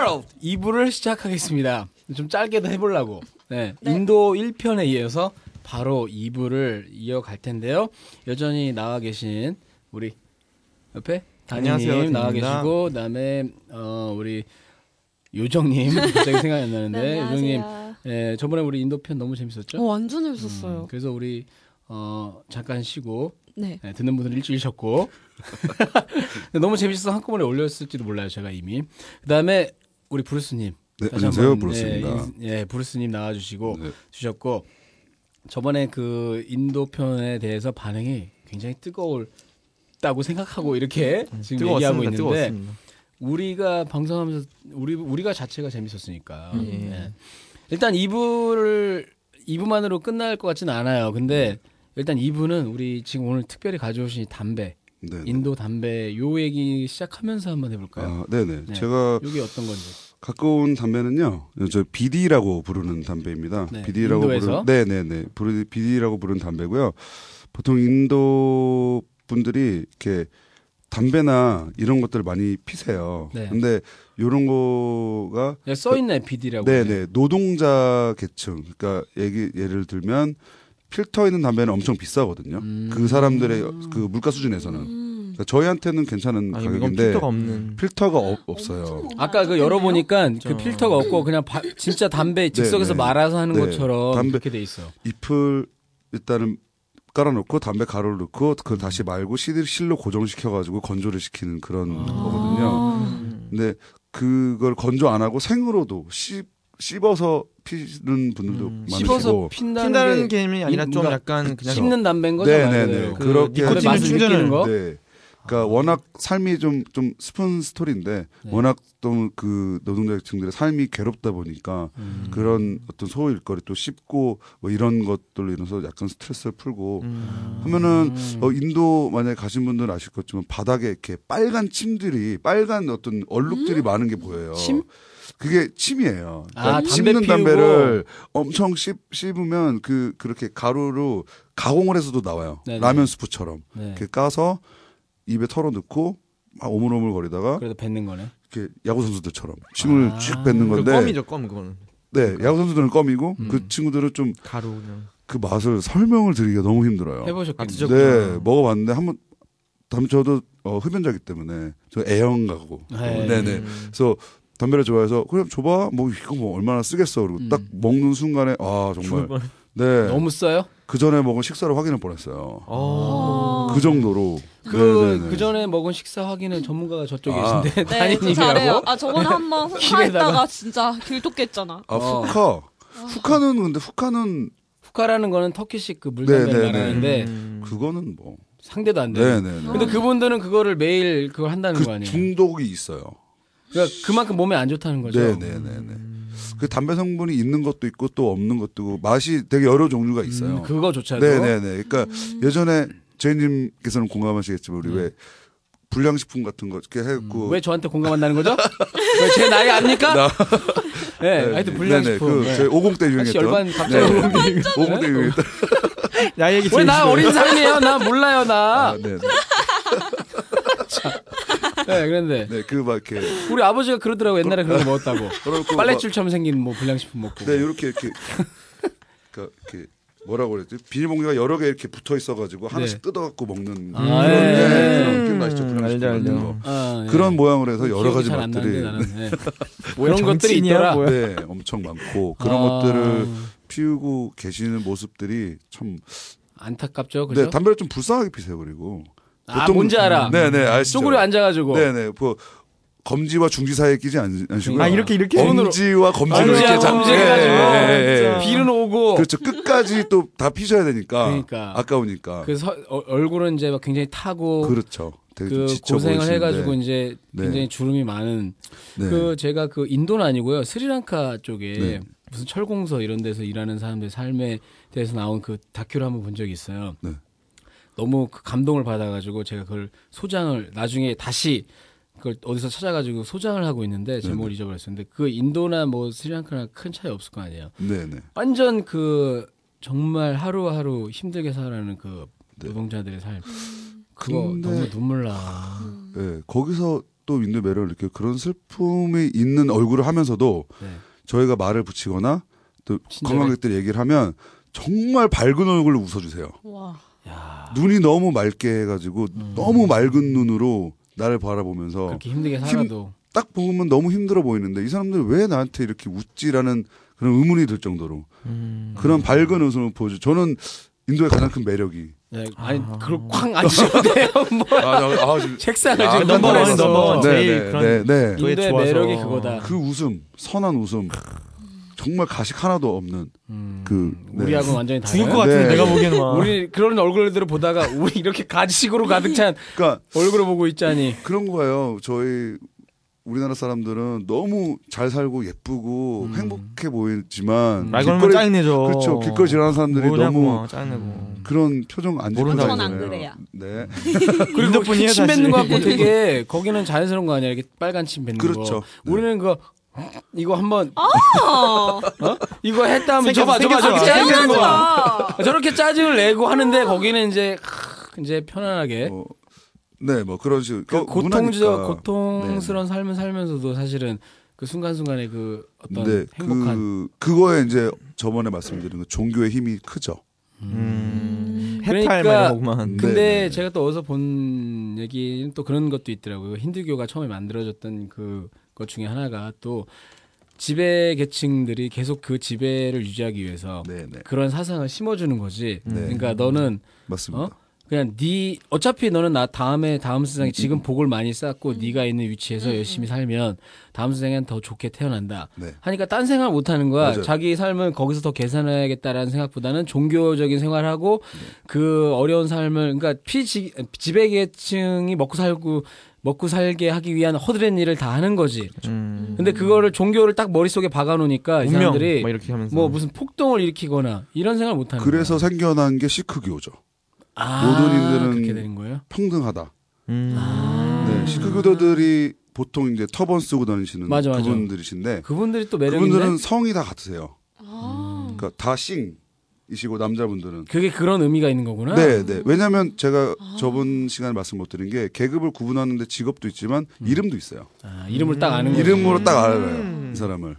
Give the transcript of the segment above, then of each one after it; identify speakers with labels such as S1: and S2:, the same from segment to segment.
S1: 2부를 시작하겠습니다. 좀 짧게도 해보려고. 네, 인도 1편에 이어서 바로 2부를 이어갈 텐데요. 여전히 나와 계신 우리 옆에
S2: 안녕하세요,
S1: 다니님 나와
S2: 딘입니다.
S1: 계시고 그다음에 어, 우리 요정님 갑자기 생각이 네, 안 나는데 요정님 예, 저번에 우리 인도 편 너무 재밌었죠?
S3: 어, 완전
S1: 음,
S3: 재밌었어요.
S1: 그래서 우리 어, 잠깐 쉬고
S3: 네.
S1: 네, 듣는 분들은 일주일 쉬었고 근데 너무 재밌어서 한꺼번에 올렸을지도 몰라요 제가 이미 그다음에 우리 브루스님
S4: 네,
S1: 다시
S4: 안녕하세요.
S1: 한번, 예,
S4: 브루스입니다.
S1: 인- 예, 브루스님 나와주시고
S4: 네.
S1: 주셨고 저번에 그 인도 편에 대해서 반응이 굉장히 뜨거울다고 생각하고 이렇게
S4: 음.
S1: 지금 얘기하고 있는데
S2: 뜨거웠습니다.
S1: 우리가 방송하면서 우리 우리가 자체가 재밌었으니까
S3: 음.
S1: 예. 일단 2부를 2부만으로 끝날 것 같지는 않아요. 근데
S2: 네.
S1: 일단 2부는 우리 지금 오늘 특별히 가져오신 이 담배
S4: 네. 네.
S1: 인도 담배 요 얘기 시작하면서 한번 해볼까요?
S4: 아, 네네.
S1: 네.
S4: 제가
S1: 요게 어떤 건지
S4: 가까운 담배는요, 저 비디라고 부르는 담배입니다.
S1: 네,
S4: 비디라고
S1: 인도에서?
S4: 부르는, 네네네. 부르- 비디라고 부르는 담배고요. 보통 인도 분들이 이렇게 담배나 이런 것들 을 많이 피세요.
S1: 네.
S4: 근데 이런 거가
S1: 여기 써있네 BD라고
S4: 네네 노동자 계층 그러니까 얘기 예를 들면 필터 있는 담배는 엄청 비싸거든요.
S1: 음.
S4: 그 사람들의 그 물가 수준에서는
S3: 음.
S4: 그러니까 저희한테는 괜찮은
S2: 아니 이건
S4: 가격인데
S2: 필터가 없는
S4: 필터가 없, 없어요.
S1: 아까 그 열어보니까 그
S2: 그렇죠.
S1: 필터가 없고 그냥 바- 진짜 담배 즉석에서
S4: 네.
S1: 말아서 하는
S4: 네.
S1: 것처럼
S4: 담배-
S1: 그렇게 돼 있어.
S4: 잎을 일단은 깔아놓고 담배 가루를 넣고
S1: 음.
S4: 그걸 다시 말고 실- 실로 고정시켜가지고 건조를 시키는 그런
S1: 아.
S4: 거거든요.
S2: 음.
S4: 근데 그걸 건조 안 하고 생으로도 씹, 씹어서 피는 분들도
S2: 음.
S1: 씹어서
S4: 많으시고
S1: 핀다는,
S2: 핀다는
S1: 게
S2: 개념이 아니라 좀
S1: 뭔가
S2: 약간 그냥
S1: 씹는 담배인 거잖아요.
S4: 네네네.
S1: 그대로.
S2: 그
S4: 그렇게
S1: 담배
S2: 니코틴을
S1: 맛을 느끼는
S2: 충전하는
S1: 거. 아.
S4: 네. 그러니까 워낙 삶이 좀 좀 스푼 스토리인데
S1: 네.
S4: 워낙 좀 그 노동자층들의 삶이 괴롭다 보니까
S1: 음.
S4: 그런 어떤 소호 일거리 또 씹고 뭐 이런 것들로 인해서 약간 스트레스를 풀고
S2: 음.
S4: 하면은
S1: 음.
S4: 어, 인도 만약에 가신 분들은 아실 것지만 바닥에 이렇게 빨간 침들이 빨간 어떤 얼룩들이 많은 게 보여요.
S1: 침?
S4: 그게 침이에요. 그러니까
S1: 아, 담배
S4: 씹는
S1: 피우고.
S4: 담배를 엄청 씹, 씹으면 그 그렇게 가루로 가공을 해서도 나와요.
S1: 네네.
S4: 라면 스프처럼
S1: 네.
S4: 이렇게 까서 입에 털어 넣고 막 오물오물 거리다가
S1: 그래도 뱉는 거네.
S4: 이렇게 야구 선수들처럼 침을
S1: 아.
S4: 쭉 뱉는
S2: 그
S4: 건데
S2: 껌이죠 껌 그거는
S4: 네 야구 선수들은 껌이고
S2: 음.
S4: 그 친구들은 좀 그
S2: 가루 그냥
S4: 맛을 설명을 드리기가 너무 힘들어요.
S2: 아,
S1: 해보셨겠죠.
S2: 드셔-
S4: 네,
S2: 드셨구나.
S4: 먹어봤는데 한번 담 저도 어, 흡연자기 때문에 저 애형 가고
S1: 네.
S4: 네네
S2: 음.
S4: 그래서 담배를 좋아해서 그럼 줘봐 뭐 이거 뭐 얼마나 쓰겠어 그리고
S1: 음.
S4: 딱 먹는 순간에 아
S2: 죽을
S4: 정말
S2: 뻔.
S4: 네그
S1: 너무 써요?
S4: 전에 먹은 식사를 확인해 보냈어요
S2: 어.
S3: 아. 네,
S4: 그 정도로
S1: 아. 그
S4: 네네네.
S1: 그 전에 먹은 식사 확인은 전문가가 저쪽에
S4: 아.
S1: 계신데
S3: 네, 저 잘해요.
S1: 담임님이라고.
S3: 아, 저번에 한번
S1: 길에다가.
S3: 후카했다가 진짜 길독했잖아.
S4: 아
S1: 어.
S4: 후카 후카는 근데 후카는
S1: 후카라는 거는 터키식 그 물담배
S4: 네네네.
S1: 나라는데
S2: 음.
S4: 그거는 뭐
S1: 상대도 안 돼. 요
S4: 네네네
S1: 근데 그분들은 그거를 매일 그걸 한다는 거
S4: 그
S1: 아니에요?
S4: 중독이 있어요
S1: 그러니까 그만큼 몸에 안 좋다는 거죠.
S4: 네네네네
S1: 음.
S4: 그 담배 성분이 있는 것도 있고 또 없는 것도 있고 맛이 되게 여러 종류가 있어요
S1: 음, 그거조차도
S4: 네네네. 그러니까 예전에 제이님께서는 공감하시겠지만 우리 왜 불량식품 같은 거 이렇게 해갖고
S1: 음. 왜 저한테 공감한다는 거죠? 왜 제 나이 압니까? 네, 하여튼 불량식품.
S4: 네네, 그 저희
S1: 네.
S4: 50대
S1: 다시
S4: 유행했던
S1: 열반 갑자기 열반
S4: 네. 50대 유행했던
S2: 야 얘기
S1: 왜 나
S4: 네.
S2: 재밌어요.
S1: 어린 사람이에요? 나 몰라요 나.
S4: 아, 네,
S1: 네, 그런데
S4: 네, 그 막 이렇게
S1: 우리 아버지가 그러더라고 옛날에 그런 거 먹었다고.
S4: 그러고
S1: 빨래줄처럼 생긴 뭐 불량식품 먹고.
S4: 막, 네, 이렇게 이렇게 그러니까 이렇게 뭐라고 그랬지? 비닐봉지가 여러 개 이렇게 붙어 있어가지고 하나씩 뜯어갖고 먹는
S1: 네. 아,
S4: 그런
S1: 예.
S4: 네, 그런 게 맛있죠.
S2: 음,
S4: 불량식품
S2: 알죠,
S4: 같은
S2: 알죠.
S4: 거.
S1: 아, 네.
S4: 그런 모양으로 해서
S1: 기억이
S4: 여러 가지
S1: 잘안
S4: 맛들이
S1: 나는데 나는, 네. 뭐 이런 것들이
S2: 정치인이야,
S1: 있더라.
S2: 뭐야.
S4: 네, 엄청 많고 그런
S1: 아,
S4: 것들을 피우고 계시는 모습들이 참
S1: 안타깝죠. 그죠?
S4: 네, 담배를 좀 불쌍하게 피세요 그리고.
S1: 아,
S4: 보통은-
S1: 뭔지 알아.
S4: 네, 네, 아시죠.
S1: 쪼그려 앉아가지고.
S4: 네, 네, 그 검지와 중지 사이에 끼지 않- 않으시고요.
S2: 아 이렇게 이렇게
S4: 엄지와 검지를
S1: 엄지와
S4: 이렇게 잡-
S1: 검지를
S4: 예,
S1: 가지고.
S4: 예, 예, 예.
S1: 비는 오고.
S4: 그렇죠. 끝까지 또 다 피셔야 되니까.
S1: 그러니까.
S4: 아까우니까. 그,
S1: 그 서, 어, 얼굴은 이제 막 굉장히 타고 그,
S4: 렇죠 되게 좀 지쳐
S1: 고생을
S4: 보이시는데.
S1: 해가지고 이제
S4: 네.
S1: 굉장히 주름이 많은
S4: 네.
S1: 그 제가 그 인도는 아니고요 스리랑카 쪽에
S4: 네.
S1: 무슨 철공서 이런 데서 일하는 사람들 삶에 대해서 나온 그 다큐를 한번 본 적이 있어요.
S4: 네.
S1: 너무 그 감동을 받아가지고 제가 그걸 소장을 나중에 다시 그걸 어디서 찾아가지고 소장을 하고
S4: 네.
S1: 있는데 제목을 잊어버렸어요. 근데 그 인도나 뭐 스리랑카나 큰 차이 없을 거 아니에요.
S4: 네, 네.
S1: 완전 그 정말 하루하루 힘들게 살아가는
S4: 네.
S1: 그 노동자들의 삶. 그거
S4: 근데- 아.
S1: 너무 눈물 나.
S4: 예, 거기서 또 윈드 메럴 이렇게 그런 슬픔이 있는 얼굴을 하면서도
S1: 네.
S4: 저희가 말을 붙이거나 또
S1: 친절해.
S4: 관광객들 얘기를 하면 정말 밝은 얼굴로 웃어주세요.
S3: 와.
S1: 야,
S4: 눈이 너무 맑게 해가지고 너무 맑은 눈으로 나를 바라보면서
S1: 음. 그렇게 힘들게 살아도
S4: 딱 보면 너무 힘들어 보이는데 이 사람들 왜 나한테 이렇게 웃지라는 그런 의문이 들 정도로
S2: 음.
S4: 그런 밝은 웃음을 보여줘. 저는 인도의 가장 큰 매력이.
S1: 네, 아니 그걸 쾅 앉으셔도 돼요. 뭐 책상을
S2: 아,
S1: 지금
S2: 넘버원,
S1: 넘버원에서
S2: 넘버원. 제일
S4: 네, 네,
S2: 그런-
S4: 네.
S2: 그게
S1: 인도의
S2: 좋아서.
S1: 매력이 그거다.
S4: 그 웃음, 선한 웃음. 정말 가식 하나도 없는
S1: 음,
S4: 그 네.
S1: 우리하고 완전히 다르
S2: 죽을 것
S4: 네.
S2: 같은데
S4: 네.
S2: 내가 보기에는 막
S1: 우리 그런 얼굴들을 보다가 우리 이렇게 가지식으로 가득 찬
S4: 그러니까
S1: 얼굴을 보고 있자니.
S4: 그런 거예요. 저희 우리나라 사람들은 너무 잘 살고 예쁘고
S1: 음.
S4: 행복해 보이지만
S2: 말 걸면 짜증내죠.
S4: 그렇죠. 길거리 지나는 사람들이
S2: 모르냐고
S4: 너무 음.
S2: 막 짜증내고.
S4: 그런 표정 안 짓고
S2: 모른다고.
S4: 다니잖아요.
S2: 저는
S3: 안 그래요.
S4: 네.
S1: 그리고
S2: 인도뿐이에요,
S1: 침
S2: 사실.
S1: 뱉는 거 갖고 되게 거기는 자연스러운 거 아니야 이렇게 빨간 침 뱉는
S4: 그렇죠.
S1: 거.
S2: 네.
S1: 우리는 그 이거 한번
S3: 어.
S1: 이거 했다 하면
S2: 생겨서-
S1: 저봐 저봐
S2: 생겨서
S1: 저렇게
S2: 안
S1: 짜증 내는
S3: 하지
S1: 거.
S3: 마.
S1: 저렇게 짜증을 내고 하는데 거기는 이제 크, 이제
S2: 어.
S1: 편안하게
S4: 뭐, 네, 뭐 그런 식으로
S1: 그
S4: 어,
S1: 고통적
S4: 문화니까. 네.
S1: 고통스러운 삶을 살면서도 사실은 그 순간순간의 그 어떤
S4: 근데
S1: 행복한
S4: 네, 그 그거에 이제 저번에 말씀드린 그 종교의 힘이 크죠.
S2: 음.
S1: 그러니까-
S2: 해탈 말고만.
S1: 근데
S4: 네.
S1: 제가 또 어디서 본 얘기는 또 그런 것도 있더라고요. 힌두교가 처음에 만들어졌던 그 것 중에 하나가 또 지배 계층들이 계속 그 지배를 유지하기 위해서
S4: 네, 네.
S1: 그런 사상을 심어주는 거지.
S4: 네.
S1: 그러니까 너는
S4: 맞습니다.
S1: 어? 그냥 네 어차피 너는 나 다음에 다음 세상에 지금 복을 많이 쌓고 네가 있는 위치에서 열심히 살면 다음 세상엔 더 좋게 태어난다.
S4: 네.
S1: 하니까 딴 생각 못 하는 거야.
S4: 맞아요.
S1: 자기 삶은 거기서 더 계산해야겠다라는 생각보다는 종교적인 생활하고 그 어려운 삶을 그러니까 피지 지배 계층이 먹고 살고 먹고 살게 하기 위한 허드렛 일을 다 하는 거지.
S2: 음.
S1: 근데 그거를 종교를 딱 머릿속에 박아 놓으니까 이
S2: 운명
S1: 사람들이
S2: 막 이렇게 하면서
S1: 뭐 무슨 폭동을 일으키거나 이런 생각을 못 하는
S4: 그래서
S1: 거야.
S4: 생겨난 게 시크교죠.
S1: 아,
S4: 노동인들은
S1: 그렇게 되는 거예요?
S4: 평등하다.
S2: 음.
S4: 네, 시크교도들이 보통 이제 터번 쓰고 다니시는
S1: 맞아, 맞아.
S4: 그분들이신데
S1: 그분들이 또 매력인데
S4: 그분들은 성이 다 같으세요.
S3: 아.
S4: 그러니까 다 싱이시고 남자분들은
S1: 그게 그런 의미가 있는 거구나.
S4: 네, 네. 왜냐하면 제가
S1: 아.
S4: 저번 시간에 말씀 못 드린 게 계급을 구분하는데 직업도 있지만 이름도 있어요.
S1: 아, 이름을 딱 아는 음. 거지.
S4: 이름으로 딱 알아요 이 사람을.
S2: 뭐야?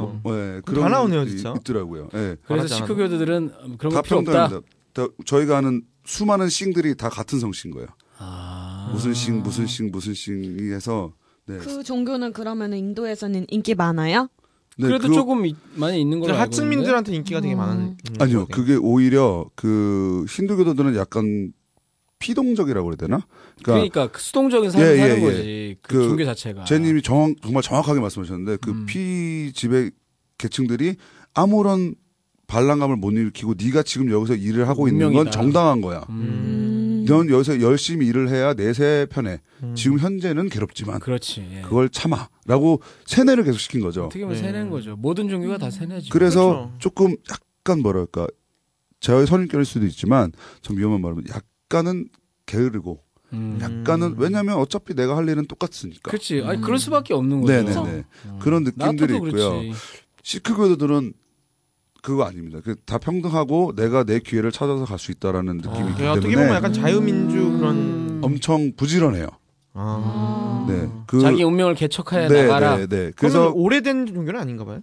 S1: 음.
S4: 네,
S2: 음. 다 나오네요,
S4: 게
S2: 진짜.
S4: 있- 있더라고요. 예.
S1: 그래서
S2: 알았지,
S1: 시크교도들은 음, 그런
S4: 다
S1: 거 필요 없다.
S4: 평등합니다. 다 저희가 아는 수많은 싱들이 다 같은 성씨인 거예요.
S1: 아,
S4: 무슨 싱, 무슨 싱, 무슨 싱이 해서 네.
S3: 그 종교는 그러면 인도에서는 인기 많아요?
S4: 네,
S1: 그래도
S4: 그거-
S1: 조금 이- 많이 있는 걸로 알고 있는데.
S2: 하층민들한테 인기가 되게 많은.
S1: 음, 뭐,
S4: 아니요.
S1: 예.
S4: 그게 오히려 그 힌두교도들은 약간 피동적이라고 그래야 되나? 그러니까
S1: 그러니까 그 수동적인 삶을
S4: 예, 예,
S1: 사는
S4: 예.
S1: 거지. 그,
S4: 그
S1: 종교 자체가.
S4: 제님이 정말 정확하게 말씀하셨는데 그
S1: 음.
S4: 피지배 계층들이 아무런 반란감을 못 일으키고 네가 지금 여기서 일을 하고 있는 건
S1: 운명이다.
S4: 정당한 거야.
S3: 음.
S4: 넌 여기서 열심히 일을 해야 내세 편해. 지금 현재는 괴롭지만
S1: 음. 그렇지. 예.
S4: 그걸 참아라고 세뇌를 계속 시킨 거죠.
S1: 어떻게 보면
S2: 네.
S1: 세뇌인 거죠. 모든 종교가 다 세뇌지.
S4: 그래서
S2: 그렇죠.
S4: 조금 약간 뭐랄까 저의 선입견일 수도 있지만 좀 위험한 말은 약간은 게으르고
S1: 음.
S4: 약간은 왜냐하면 어차피 내가 할 일은 똑같으니까.
S1: 그렇지. 아니 그럴 수밖에 없는 거죠. 음.
S4: 네네네 그런 느낌들이
S1: 나한테도
S4: 있고요.
S1: 그렇지.
S4: 시크교도들은 그거 아닙니다. 그 다 평등하고 내가 내 기회를 찾아서 갈 수 있다라는 느낌이 있기
S2: 아, 어떻게 보면
S4: 때문에 음.
S2: 약간 자유민주 그런.
S4: 엄청 부지런해요.
S2: 아.
S4: 네, 그
S1: 음. 자기 운명을 개척해 나가라.
S4: 네, 네.
S2: 그래서
S4: 그래서
S2: 오래된 종교는 아닌가 봐요.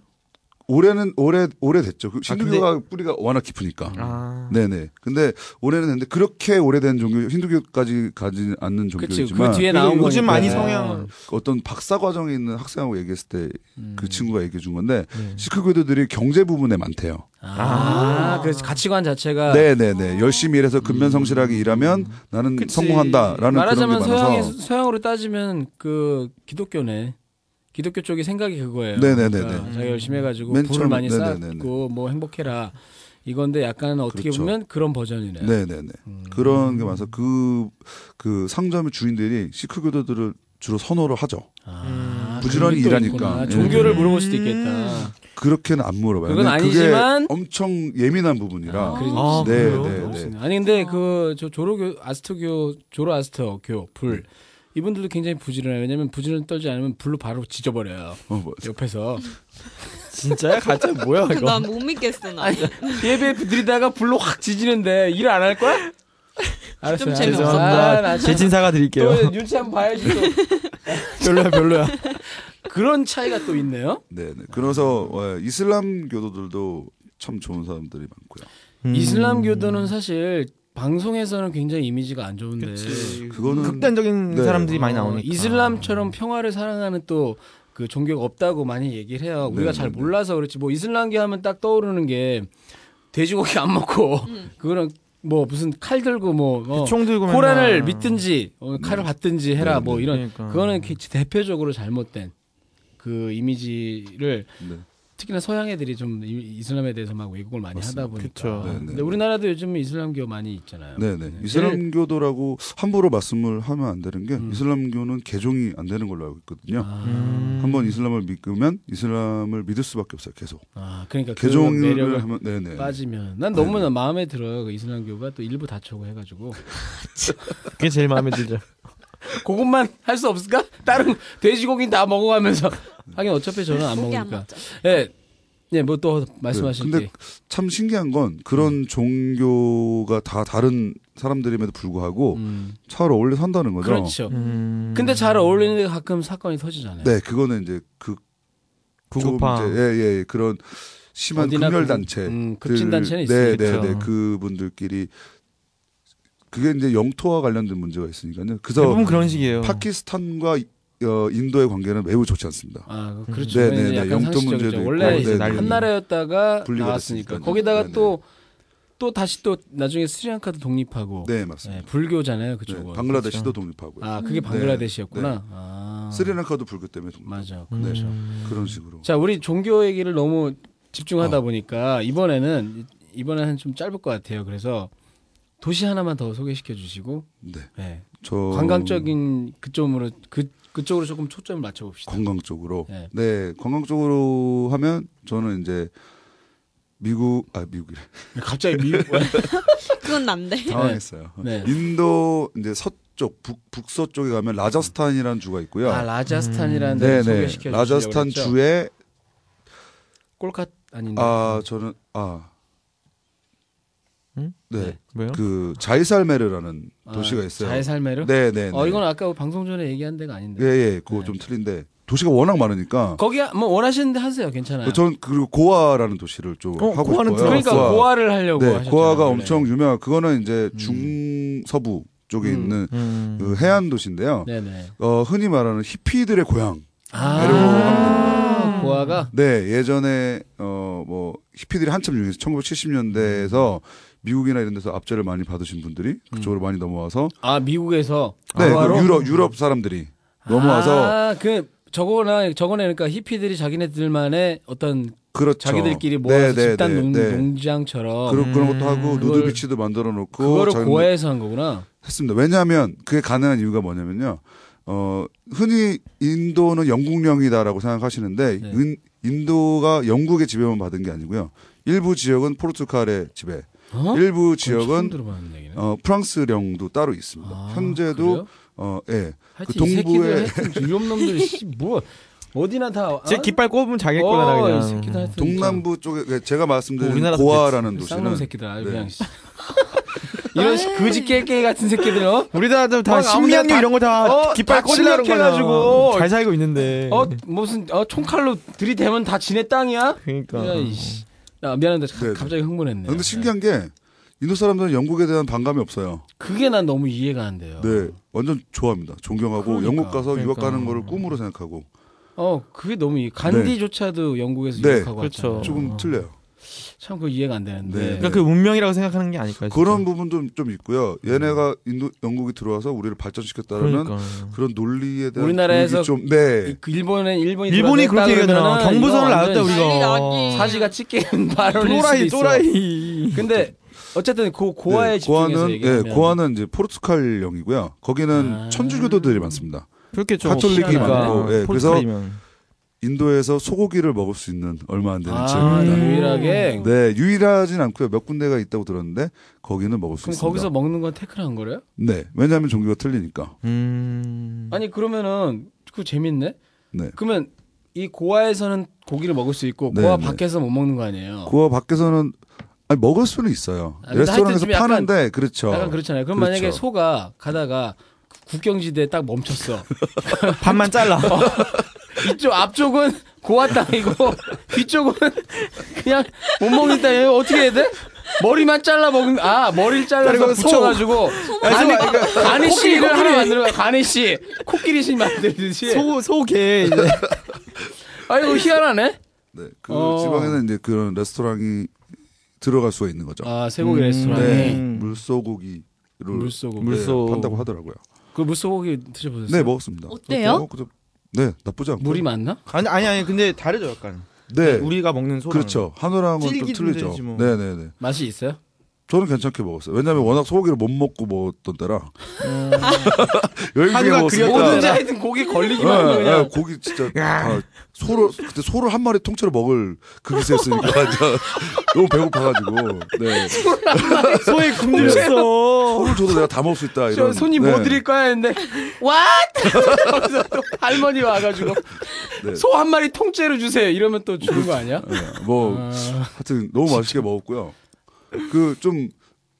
S4: 올해는 올해 올해 됐죠. 그 신두교가
S2: 아,
S4: 뿌리가 워낙 깊으니까.
S2: 아.
S4: 네네. 근데 올해는 됐는데 그렇게 오래된 종교 힌두교까지 가지 않는
S1: 그치. 그
S4: 종교이지만
S1: 뒤에
S2: 그래도
S1: 나온 거니까.
S2: 요즘 많이 성향.
S4: 어떤 박사 과정에 있는 학생하고 얘기했을 때 그
S1: 음.
S4: 친구가 얘기해 준 건데
S2: 네.
S4: 시크교도들이 경제 부분에 많대요.
S1: 아, 그 가치관 자체가
S4: 네네네. 열심히 일해서 근면성실하게 일하면 나는
S1: 음. 그치.
S4: 성공한다라는 그런 게
S1: 말하자면 서양이
S4: 많아서.
S1: 서양으로 따지면 그 기독교네. 기독교 쪽이 생각이 그거예요.
S4: 네네네네.
S1: 그러니까 자기 열심히 해가지고
S4: 맨
S1: 부를
S4: 처음,
S1: 많이
S4: 네네네네.
S1: 쌓고 뭐 행복해라 이건데 약간 어떻게
S4: 그렇죠.
S1: 보면 그런 버전이네.
S4: 네네네.
S1: 음.
S4: 그런 게 많아서 그, 그 상점의 주인들이 시크교도들을 주로 선호를 하죠.
S1: 아,
S4: 부지런히
S1: 그런 게 또
S4: 일하니까.
S1: 있구나.
S4: 예.
S1: 종교를
S2: 음.
S1: 물어볼 수도 있겠다.
S4: 그렇게는 안 물어봐요.
S1: 그건
S4: 근데
S1: 아니지만-
S4: 그게 엄청 예민한 부분이라.
S1: 아, 그래.
S2: 아,
S4: 네,
S2: 그래요?
S4: 네, 네.
S1: 그렇습니다. 아니 근데
S2: 그렇죠.
S1: 그 저 조로교 아스트교 조로 아스트교 불
S4: 네.
S1: 이분들도 굉장히 부지런해. 요 왜냐면 부지런 떨지 않으면 불로 바로 지져버려요.
S4: 어, 뭐,
S1: 옆에서
S2: 진짜야? 가짜 뭐야
S3: 그 난 못 믿겠어 나.
S1: 예배 드리다가 불로 확 지지는데 일 안 할 거야? 알았어요.
S3: 좀
S1: 알았어요.
S3: 재미없었다.
S1: 아, 나
S2: 죄진 사과드릴게요.
S1: 또 눈치 한번 봐야지. 또.
S2: 별로야 별로야.
S1: 그런 차이가 또 있네요.
S4: 네, 네. 그래서 어, 이슬람교도들도 참 좋은 사람들이 많고요.
S1: 음.
S2: 음.
S1: 이슬람교도는 사실 방송에서는 굉장히 이미지가 안 좋은데
S4: 그거는
S2: 극단적인
S4: 네.
S2: 사람들이 음, 많이
S1: 네. 어,
S2: 나오니까.
S1: 이슬람처럼 평화를 사랑하는 또 그 종교가 없다고 많이 얘기를 해요. 우리가
S4: 네,
S1: 잘
S4: 네, 네.
S1: 몰라서 그렇지 뭐 이슬람교 하면 딱 떠오르는 게 돼지고기 안 먹고 그거는 뭐 무슨 칼 들고 뭐 어,
S2: 총 들고 아. 맨날-
S1: 코란을 믿든지 어, 칼을 받든지 해라
S4: 네,
S1: 뭐
S4: 네.
S1: 이런
S2: 그러니까.
S1: 그거는 기- 대표적으로 잘못된 그 이미지를
S4: 네.
S1: 특히나 서양 애들이 좀 이- 이슬람에 대해서 막 왜곡을 많이 하다 보니까
S2: 그쵸.
S4: 네, 네.
S1: 아, 근데 우리나라도 요즘 이슬람교 많이 있잖아요.
S4: 네, 네. 이슬람교도라고 함부로 말씀을 하면 안 되는 게
S1: 음.
S4: 이슬람교는 개종이 안 되는 걸로 알고 있거든요.
S1: 아.
S2: 음.
S4: 한번 이슬람을 믿으면 이슬람을 믿을 수밖에 없어요. 계속
S1: 아 그러니까 그 매력을
S4: 개종을 하면 네, 네.
S1: 빠지면 난 너무나 마음에 들어요. 그 이슬람교가 또 일부 다쳐고 해가지고
S2: 그게 제일 마음에 들죠.
S1: 그것만 할 수 없을까? 다른 돼지고기 다 먹어가면서 하긴 어차피 저는 안
S3: 고기 안
S1: 먹으니까.
S3: 먹죠.
S1: 예, 예, 뭐 또 말씀하실
S4: 네,
S1: 게 음.
S4: 근데 참 신기한 건 그런 종교가 다 다른 사람들임에도 불구하고
S1: 음,
S4: 잘 어울려 산다는 거죠.
S1: 그렇죠.
S2: 음.
S1: 근데 잘 어울리는데 가끔 사건이 터지잖아요.
S4: 네, 그거는 이제 그
S2: 구급파.
S4: 좀 이제 예, 예, 그런 심한
S1: 어디나
S4: 극렬
S1: 그-
S4: 단체,
S1: 음, 급진 단체는 있어요.
S4: 네, 네, 네,
S2: 그쵸.
S4: 그분들끼리 그게 이제 영토와 관련된 문제가 있으니까요. 그래서
S2: 대부분 그런 식이에요.
S4: 파키스탄과 이- 어, 인도의 관계는 매우 좋지 않습니다.
S1: 아
S2: 음.
S1: 그렇죠.
S4: 네,
S1: 이제
S4: 네, 네.
S1: 약간
S4: 영토
S1: 상식적이죠.
S4: 문제도 있고,
S1: 원래
S2: 네, 네.
S1: 한 나라였다가
S4: 분리가
S1: 나왔으니까
S4: 됐으니까요.
S1: 거기다가
S4: 네, 네.
S1: 또 또 다시 또 나중에 스리랑카도 독립하고
S4: 네, 맞습니다.
S1: 예, 불교잖아요 그쪽은.
S4: 네, 방글라데시도 독립하고요.
S1: 아 그게 방글라데시였구나. 아,
S4: 스리랑카도 불교 때문에 독립.
S1: 맞아.
S4: 네.
S1: 그렇죠.
S4: 그런 식으로.
S1: 자 우리 종교 얘기를 너무
S4: 어.
S1: 집중하다 보니까 이번에는 이번에는 좀 짧을 것 같아요. 그래서 도시 하나만 더 소개시켜 주시고
S4: 네.
S1: 예,
S4: 저
S1: 관광적인 그쪽으로 그 그쪽으로 조금 초점을 맞춰 봅시다.
S4: 관광 쪽으로.
S1: 네.
S4: 네. 관광 쪽으로 하면 저는 이제 미국 아 미국이래
S1: 갑자기 미국
S3: 그건 난데.
S4: 당황했어요.
S1: 네.
S4: 인도 이제 서쪽 북 북서 쪽에 가면 라자스탄이라는 주가 있고요.
S1: 아 라자스탄이라는 데
S4: 네,
S1: 소개시켜
S4: 네.
S1: 주시려고
S4: 라자스탄
S1: 그랬죠? 음.
S4: 주에
S1: 꼴카 아닌데
S4: 아 저는 아
S1: 음?
S2: 응?
S4: 네.
S2: 뭐요?
S4: 그 자이살메르라는 도시가 있어요.
S1: 잘 살매로?
S4: 네, 네.
S1: 아, 어 이건 아까 방송 전에 얘기한 데가 아닌데.
S4: 예, 예. 그거
S1: 네.
S4: 좀 틀린데 도시가 워낙 많으니까
S1: 거기 뭐 원하시는데 하세요. 괜찮아요.
S4: 전 그리고 고아라는 도시를 좀
S2: 어,
S4: 하고
S2: 고아는
S4: 싶어요.
S1: 그러니까
S4: 고아.
S1: 고아를 하려고
S4: 네,
S1: 하셨죠.
S4: 고아가 엄청 유명한 그거는 이제 중서부 쪽에
S1: 음.
S4: 있는
S2: 음.
S4: 그 해안 도시인데요.
S1: 네네.
S4: 어, 흔히 말하는 히피들의 고향. 아,
S1: 아 고아가
S4: 네, 예전에 어 뭐 히피들이 한참 유행해서 1970년대에서 미국이나 이런 데서 압제를 많이 받으신 분들이 그쪽으로 많이 넘어와서
S1: 아 미국에서
S4: 네,
S1: 고아로?
S4: 그 유럽 유럽 사람들이 넘어와서
S1: 아, 그 저거나 저거네 그러니까 히피들이 자기네들만의 어떤
S4: 그렇죠.
S1: 자기들끼리 모아서
S4: 네, 네,
S1: 집단
S4: 네,
S1: 농,
S4: 네.
S1: 장처럼
S4: 그런 그런 것도
S1: 그걸-
S4: 하고 누드 비치도 만들어 놓고
S1: 그거를
S4: 자기들-
S1: 고아에서 한 거구나.
S4: 했습니다. 왜냐하면 그게 가능한 이유가 뭐냐면요. 어, 흔히 인도는 영국령이다라고 생각하시는데
S1: 네.
S4: 은- 인도가 영국의 지배만 받은 게 아니고요. 일부 지역은 포르투갈의 지배,
S1: 어?
S4: 일부
S1: 그건 처음
S4: 지역은
S1: 들어보는 얘기네.
S4: 어, 프랑스령도 따로 있습니다.
S1: 아,
S4: 현재도
S1: 그래요?
S4: 어, 예.
S1: 하여튼
S4: 그
S1: 이 새끼들
S4: 동부에-
S1: 하여튼 유럽 놈들 씨뭐 어디나 다
S2: 제
S1: 아?
S2: 깃발 꼽으면 자기
S1: 어,
S2: 거잖아
S1: 이
S2: 그냥.
S1: 새끼들 하여튼
S4: 동남부 쪽에 그 제가
S2: 뭐
S4: 말씀드린
S2: 우리나라도
S4: 고아라는
S1: 좀 쌍놈
S4: 도시는
S1: 새끼들 아주
S4: 네.
S1: 그냥 씨. 이런 씨 거지 깨깨 같은 새끼들 어?
S2: 우리 다다
S1: 어, 아무나
S2: 심리학류
S1: 다-
S2: 이런 거 다
S1: 어,
S2: 깃발
S1: 다
S2: 꽂으려는
S1: 침략해가지고.
S2: 거야. 잘 살고 있는데.
S1: 어 무슨 어 총칼로 들이대면 다 지네 땅이야?
S2: 그러니까.
S1: 야, 이씨. 나 미안한데 가-
S4: 네, 네.
S1: 갑자기 흥분했네.
S4: 근데 신기한 게 인도 사람들은 영국에 대한 반감이 없어요.
S1: 네. 그게 난 너무 이해가 안 돼요.
S4: 네. 완전 좋아합니다. 존경하고
S1: 아. 그러니까,
S4: 영국 가서 유학
S2: 그러니까.
S4: 가는 거를 꿈으로 생각하고
S1: 어 그게 너무 이- 간디조차도 영국에서
S4: 네.
S1: 유학하고
S2: 그렇죠.
S1: 왔잖아요.
S4: 조금
S1: 어.
S4: 틀려요.
S1: 참 그거 이해가 안 되는데.
S4: 네.
S2: 그러니까 그 운명이라고 생각하는 게 아닐까. 진짜. 음.
S4: 그런 부분도 좀 있고요. 얘네가 인도 영국이 들어와서 우리를 발전시켰다라는
S2: 그러니까.
S4: 그런 논리에 대한
S1: 우리나라에서
S4: 교육이 좀 네.
S1: 이- 그 일본에 일본이
S2: 일본이 그렇게 얘기하잖아. 경부선을 나왔다
S1: 가
S3: 난리
S2: 우리가.
S3: 나지.
S1: 사지가 찢기는 발언일 수도
S2: 또라이
S1: 있어.
S2: 또라이.
S1: 근데 어쨌든 그 고아에
S4: 네,
S1: 집중해서
S4: 고아는 예,
S1: 얘기하면
S4: 고아는 이제 포르투갈령이고요. 거기는
S1: 아.
S4: 천주교도들이 많습니다.
S2: 그렇겠죠.
S4: 가톨릭이
S2: 그러니까.
S4: 많고, 예, 그래서-
S2: 포르투갈이면. 인
S4: 인도에서 소고기를 먹을 수 있는 얼마 안 되는
S1: 아,
S4: 지역입니다.
S1: 유일하게
S4: 네, 유일하진 않고요. 몇 군데가 있다고 들었는데 거기는 먹을 수
S1: 그럼
S4: 있습니다.
S1: 거기서 먹는 건 태클한 거래요?
S4: 네, 왜냐하면 종교가 틀리니까.
S2: 음.
S1: 음. 아니 그러면은 그거 재밌네.
S4: 네.
S1: 그러면 이 고아에서는 고기를 먹을 수 있고
S4: 네,
S1: 고아
S4: 네.
S1: 밖에서 못 먹는 거 아니에요?
S4: 고아 밖에서는 아니, 먹을 수는 있어요.
S1: 아, 근데 하여튼
S4: 레스토랑에서
S1: 좀 약간-
S4: 파는데 그렇죠.
S1: 약간 그렇잖아요. 그럼
S4: 그렇죠.
S1: 만약에 소가 가다가 국경지대에 딱 멈췄어.
S2: 반만 잘라.
S1: 아, 이쪽 앞쪽은 고아 땅이고 뒤쪽은 그냥 못먹는 땅이에요. 어떻게 해야 돼? 머리만 잘라 먹으면 아 머리를 잘라서
S2: 그리고
S1: 붙여가지고 간이
S2: 소-
S1: 간이 씨를 하나 만들어 간이 씨 코끼리 씨 만들듯이
S2: 소 소개 이제
S1: 아 이거 희한하네.
S4: 네, 그
S1: 어.
S4: 지방에는 이제 그런 레스토랑이 들어갈 수가 있는 거죠.
S1: 아 쇠고기
S2: 음,
S1: 레스토랑에
S4: 네,
S2: 음.
S4: 물소고기를
S1: 물소고기
S4: 네,
S2: 물소-
S4: 판다고 하더라고요.
S1: 그 물소고기 드셔보셨어요?
S4: 네, 먹었습니다.
S3: 어때요?
S4: 먹고 좀- 네, 나쁘지 않고.
S1: 물이 많나?
S2: 아니 아니 아니 근데 다르죠 약간
S4: 네,
S2: 우리가 먹는 소랑
S4: 그렇죠. 한우랑은 좀
S2: 질기는
S4: 틀리죠.
S2: 데지 뭐.
S4: 네, 네, 네.
S1: 맛이 있어요?
S4: 저는 괜찮게 먹었어요. 왜냐면 워낙 소고기를 못 먹고 먹었던 때라. 열심히
S2: 한우가
S4: 먹었으니까.
S2: 그렸다.
S1: 뭐든지 하여튼 고기 걸리기만 하면
S4: 예, 예,
S1: 그냥
S4: 고기 진짜 다 소를 그때 소를 한 마리 통째로 먹을 그게 세였으니까 너무 배고파가지고 네.
S2: 소에
S4: 그렇죠.
S2: 굶주렸어.
S4: 소를 줘도 내가 다 먹을 수 있다
S1: 저
S4: 이런
S1: 손님
S4: 네.
S1: 뭐 드릴 거야 했는데 왓 할머니 와가지고
S4: 네.
S1: 소 한 마리 통째로 주세요 이러면 또 주는 거 아니야?
S4: 예, 뭐 하여튼 너무 맛있게 먹었고요. 그 좀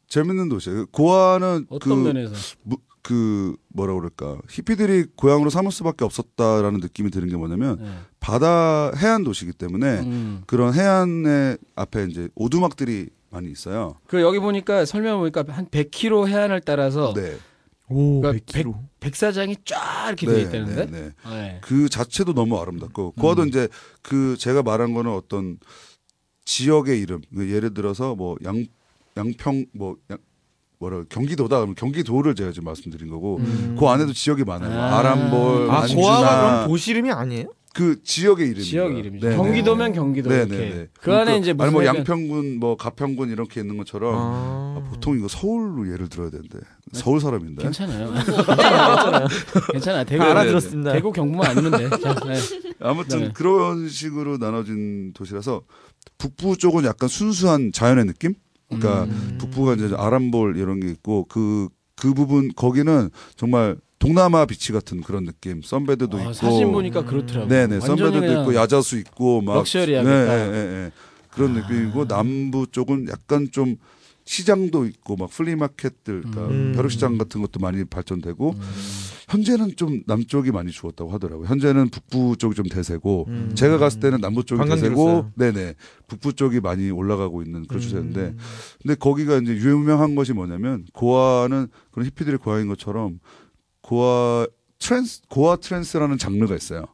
S4: 재밌는 도시예요. 그 고아는
S1: 어떤
S4: 그,
S1: 면에서
S4: 무- 그 뭐라 그럴까 히피들이 고향으로 삼을 수밖에 없었다라는 느낌이 드는 게 뭐냐면
S1: 네.
S4: 바다 해안 도시이기 때문에
S1: 음.
S4: 그런 해안의 앞에 이제 오두막들이 많이 있어요.
S1: 그 여기 보니까 설명 보니까 한 100km 해안을 따라서
S4: 네.
S2: 오
S1: 그러니까 백사장이 쫙 이렇게 돼 있다는데
S4: 네, 네.
S1: 네.
S4: 그 자체도 너무 아름답고 그와도
S1: 음.
S4: 이제 그 제가 말한 거는 어떤 지역의 이름 그 예를 들어서 뭐 양 양평 뭐 양, 뭐라 경기도다 그러면 경기도를 제가 지금 말씀드린 거고 그 안에도 지역이 많아요
S1: 음. 아.
S4: 아, 람볼
S2: 아
S4: 안주나
S2: 고아가 그럼 도시 이름이 아니에요?
S4: 그 네, 지역의 이름
S1: 지역 이름이죠. 경기도면 경기도
S4: 네,
S1: 이렇게. 그 안에 이제 무슨
S4: 아니 뭐
S1: 약간-
S4: 양평군 뭐 가평군 이렇게 있는 것처럼 아, 보통 이거 서울로 예를 들어야 되는데 서울 사람인데
S1: 괜찮아요.
S4: 네.
S1: 괜찮아. 대구
S2: 아, 알아들었습니다.
S1: 대구 경부만 아니면 돼. 자, 네.
S4: 아무튼
S1: 네.
S4: 그런 식으로 나눠진 도시라서 북부 쪽은 약간 순수한 자연의 느낌? 그러니까
S2: 음.
S4: 북부가 이제 아람볼 이런 게 있고 그 그 부분 거기는 정말 동남아 비치 같은 그런 느낌. 선베드도
S1: 아,
S4: 있고
S1: 사진 보니까 그렇더라고.
S4: 네네 선베드도
S1: 그냥
S4: 있고 야자수 있고 막
S1: 럭셔리하겠다. 아.
S4: 네, 네, 네, 네. 그런 느낌이고 남부 쪽은 약간 좀 시장도 있고 막 플리마켓들 그러니까
S2: 음.
S4: 벼룩시장 같은 것도 많이 발전되고
S1: 음.
S4: 현재는 좀 남쪽이 많이 죽었다고 하더라고요. 현재는 북부 쪽이 좀 대세고
S2: 음.
S4: 제가 갔을 때는 남부 쪽이
S2: 관광
S4: 대세고
S2: 길었어요.
S4: 네네 북부 쪽이 많이 올라가고 있는
S1: 음.
S4: 그런 추세인데 근데 거기가 이제 유명한 것이 뭐냐면 고아는 그런 히피들의 고아인 것처럼 고아 트랜스 고아 트랜스라는 장르가 있어요.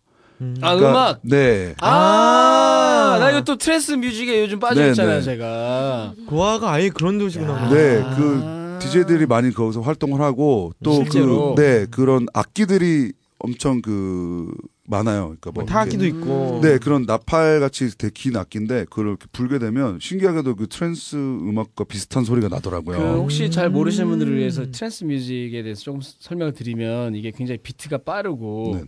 S2: 음.
S1: 아
S4: 그러니까-
S1: 음악.
S4: 네.
S1: 아,
S2: 아.
S1: 나 이거 또 트랜스 뮤직에 요즘
S4: 네,
S1: 빠져있잖아요,
S4: 네.
S1: 제가.
S2: 고아가 아예 그런 도시구나.
S4: 네, 그 DJ들이 많이 거기서 활동을 하고 또
S1: 실제로?
S4: 그 네, 그런 악기들이 엄청 그 많아요. 그러니까 뭐 이렇게-
S2: 타악기도 있고.
S4: 네, 그런 나팔 같이 되게 긴 악기인데 그걸 이렇게 불게 되면 신기하게도 그 트랜스 음악과 비슷한 소리가
S1: 그
S4: 나더라고요.
S1: 혹시 잘 모르시는 분들을 위해서 트랜스 뮤직에 대해서 조금 설명을 드리면 이게 굉장히 비트가 빠르고
S4: 네.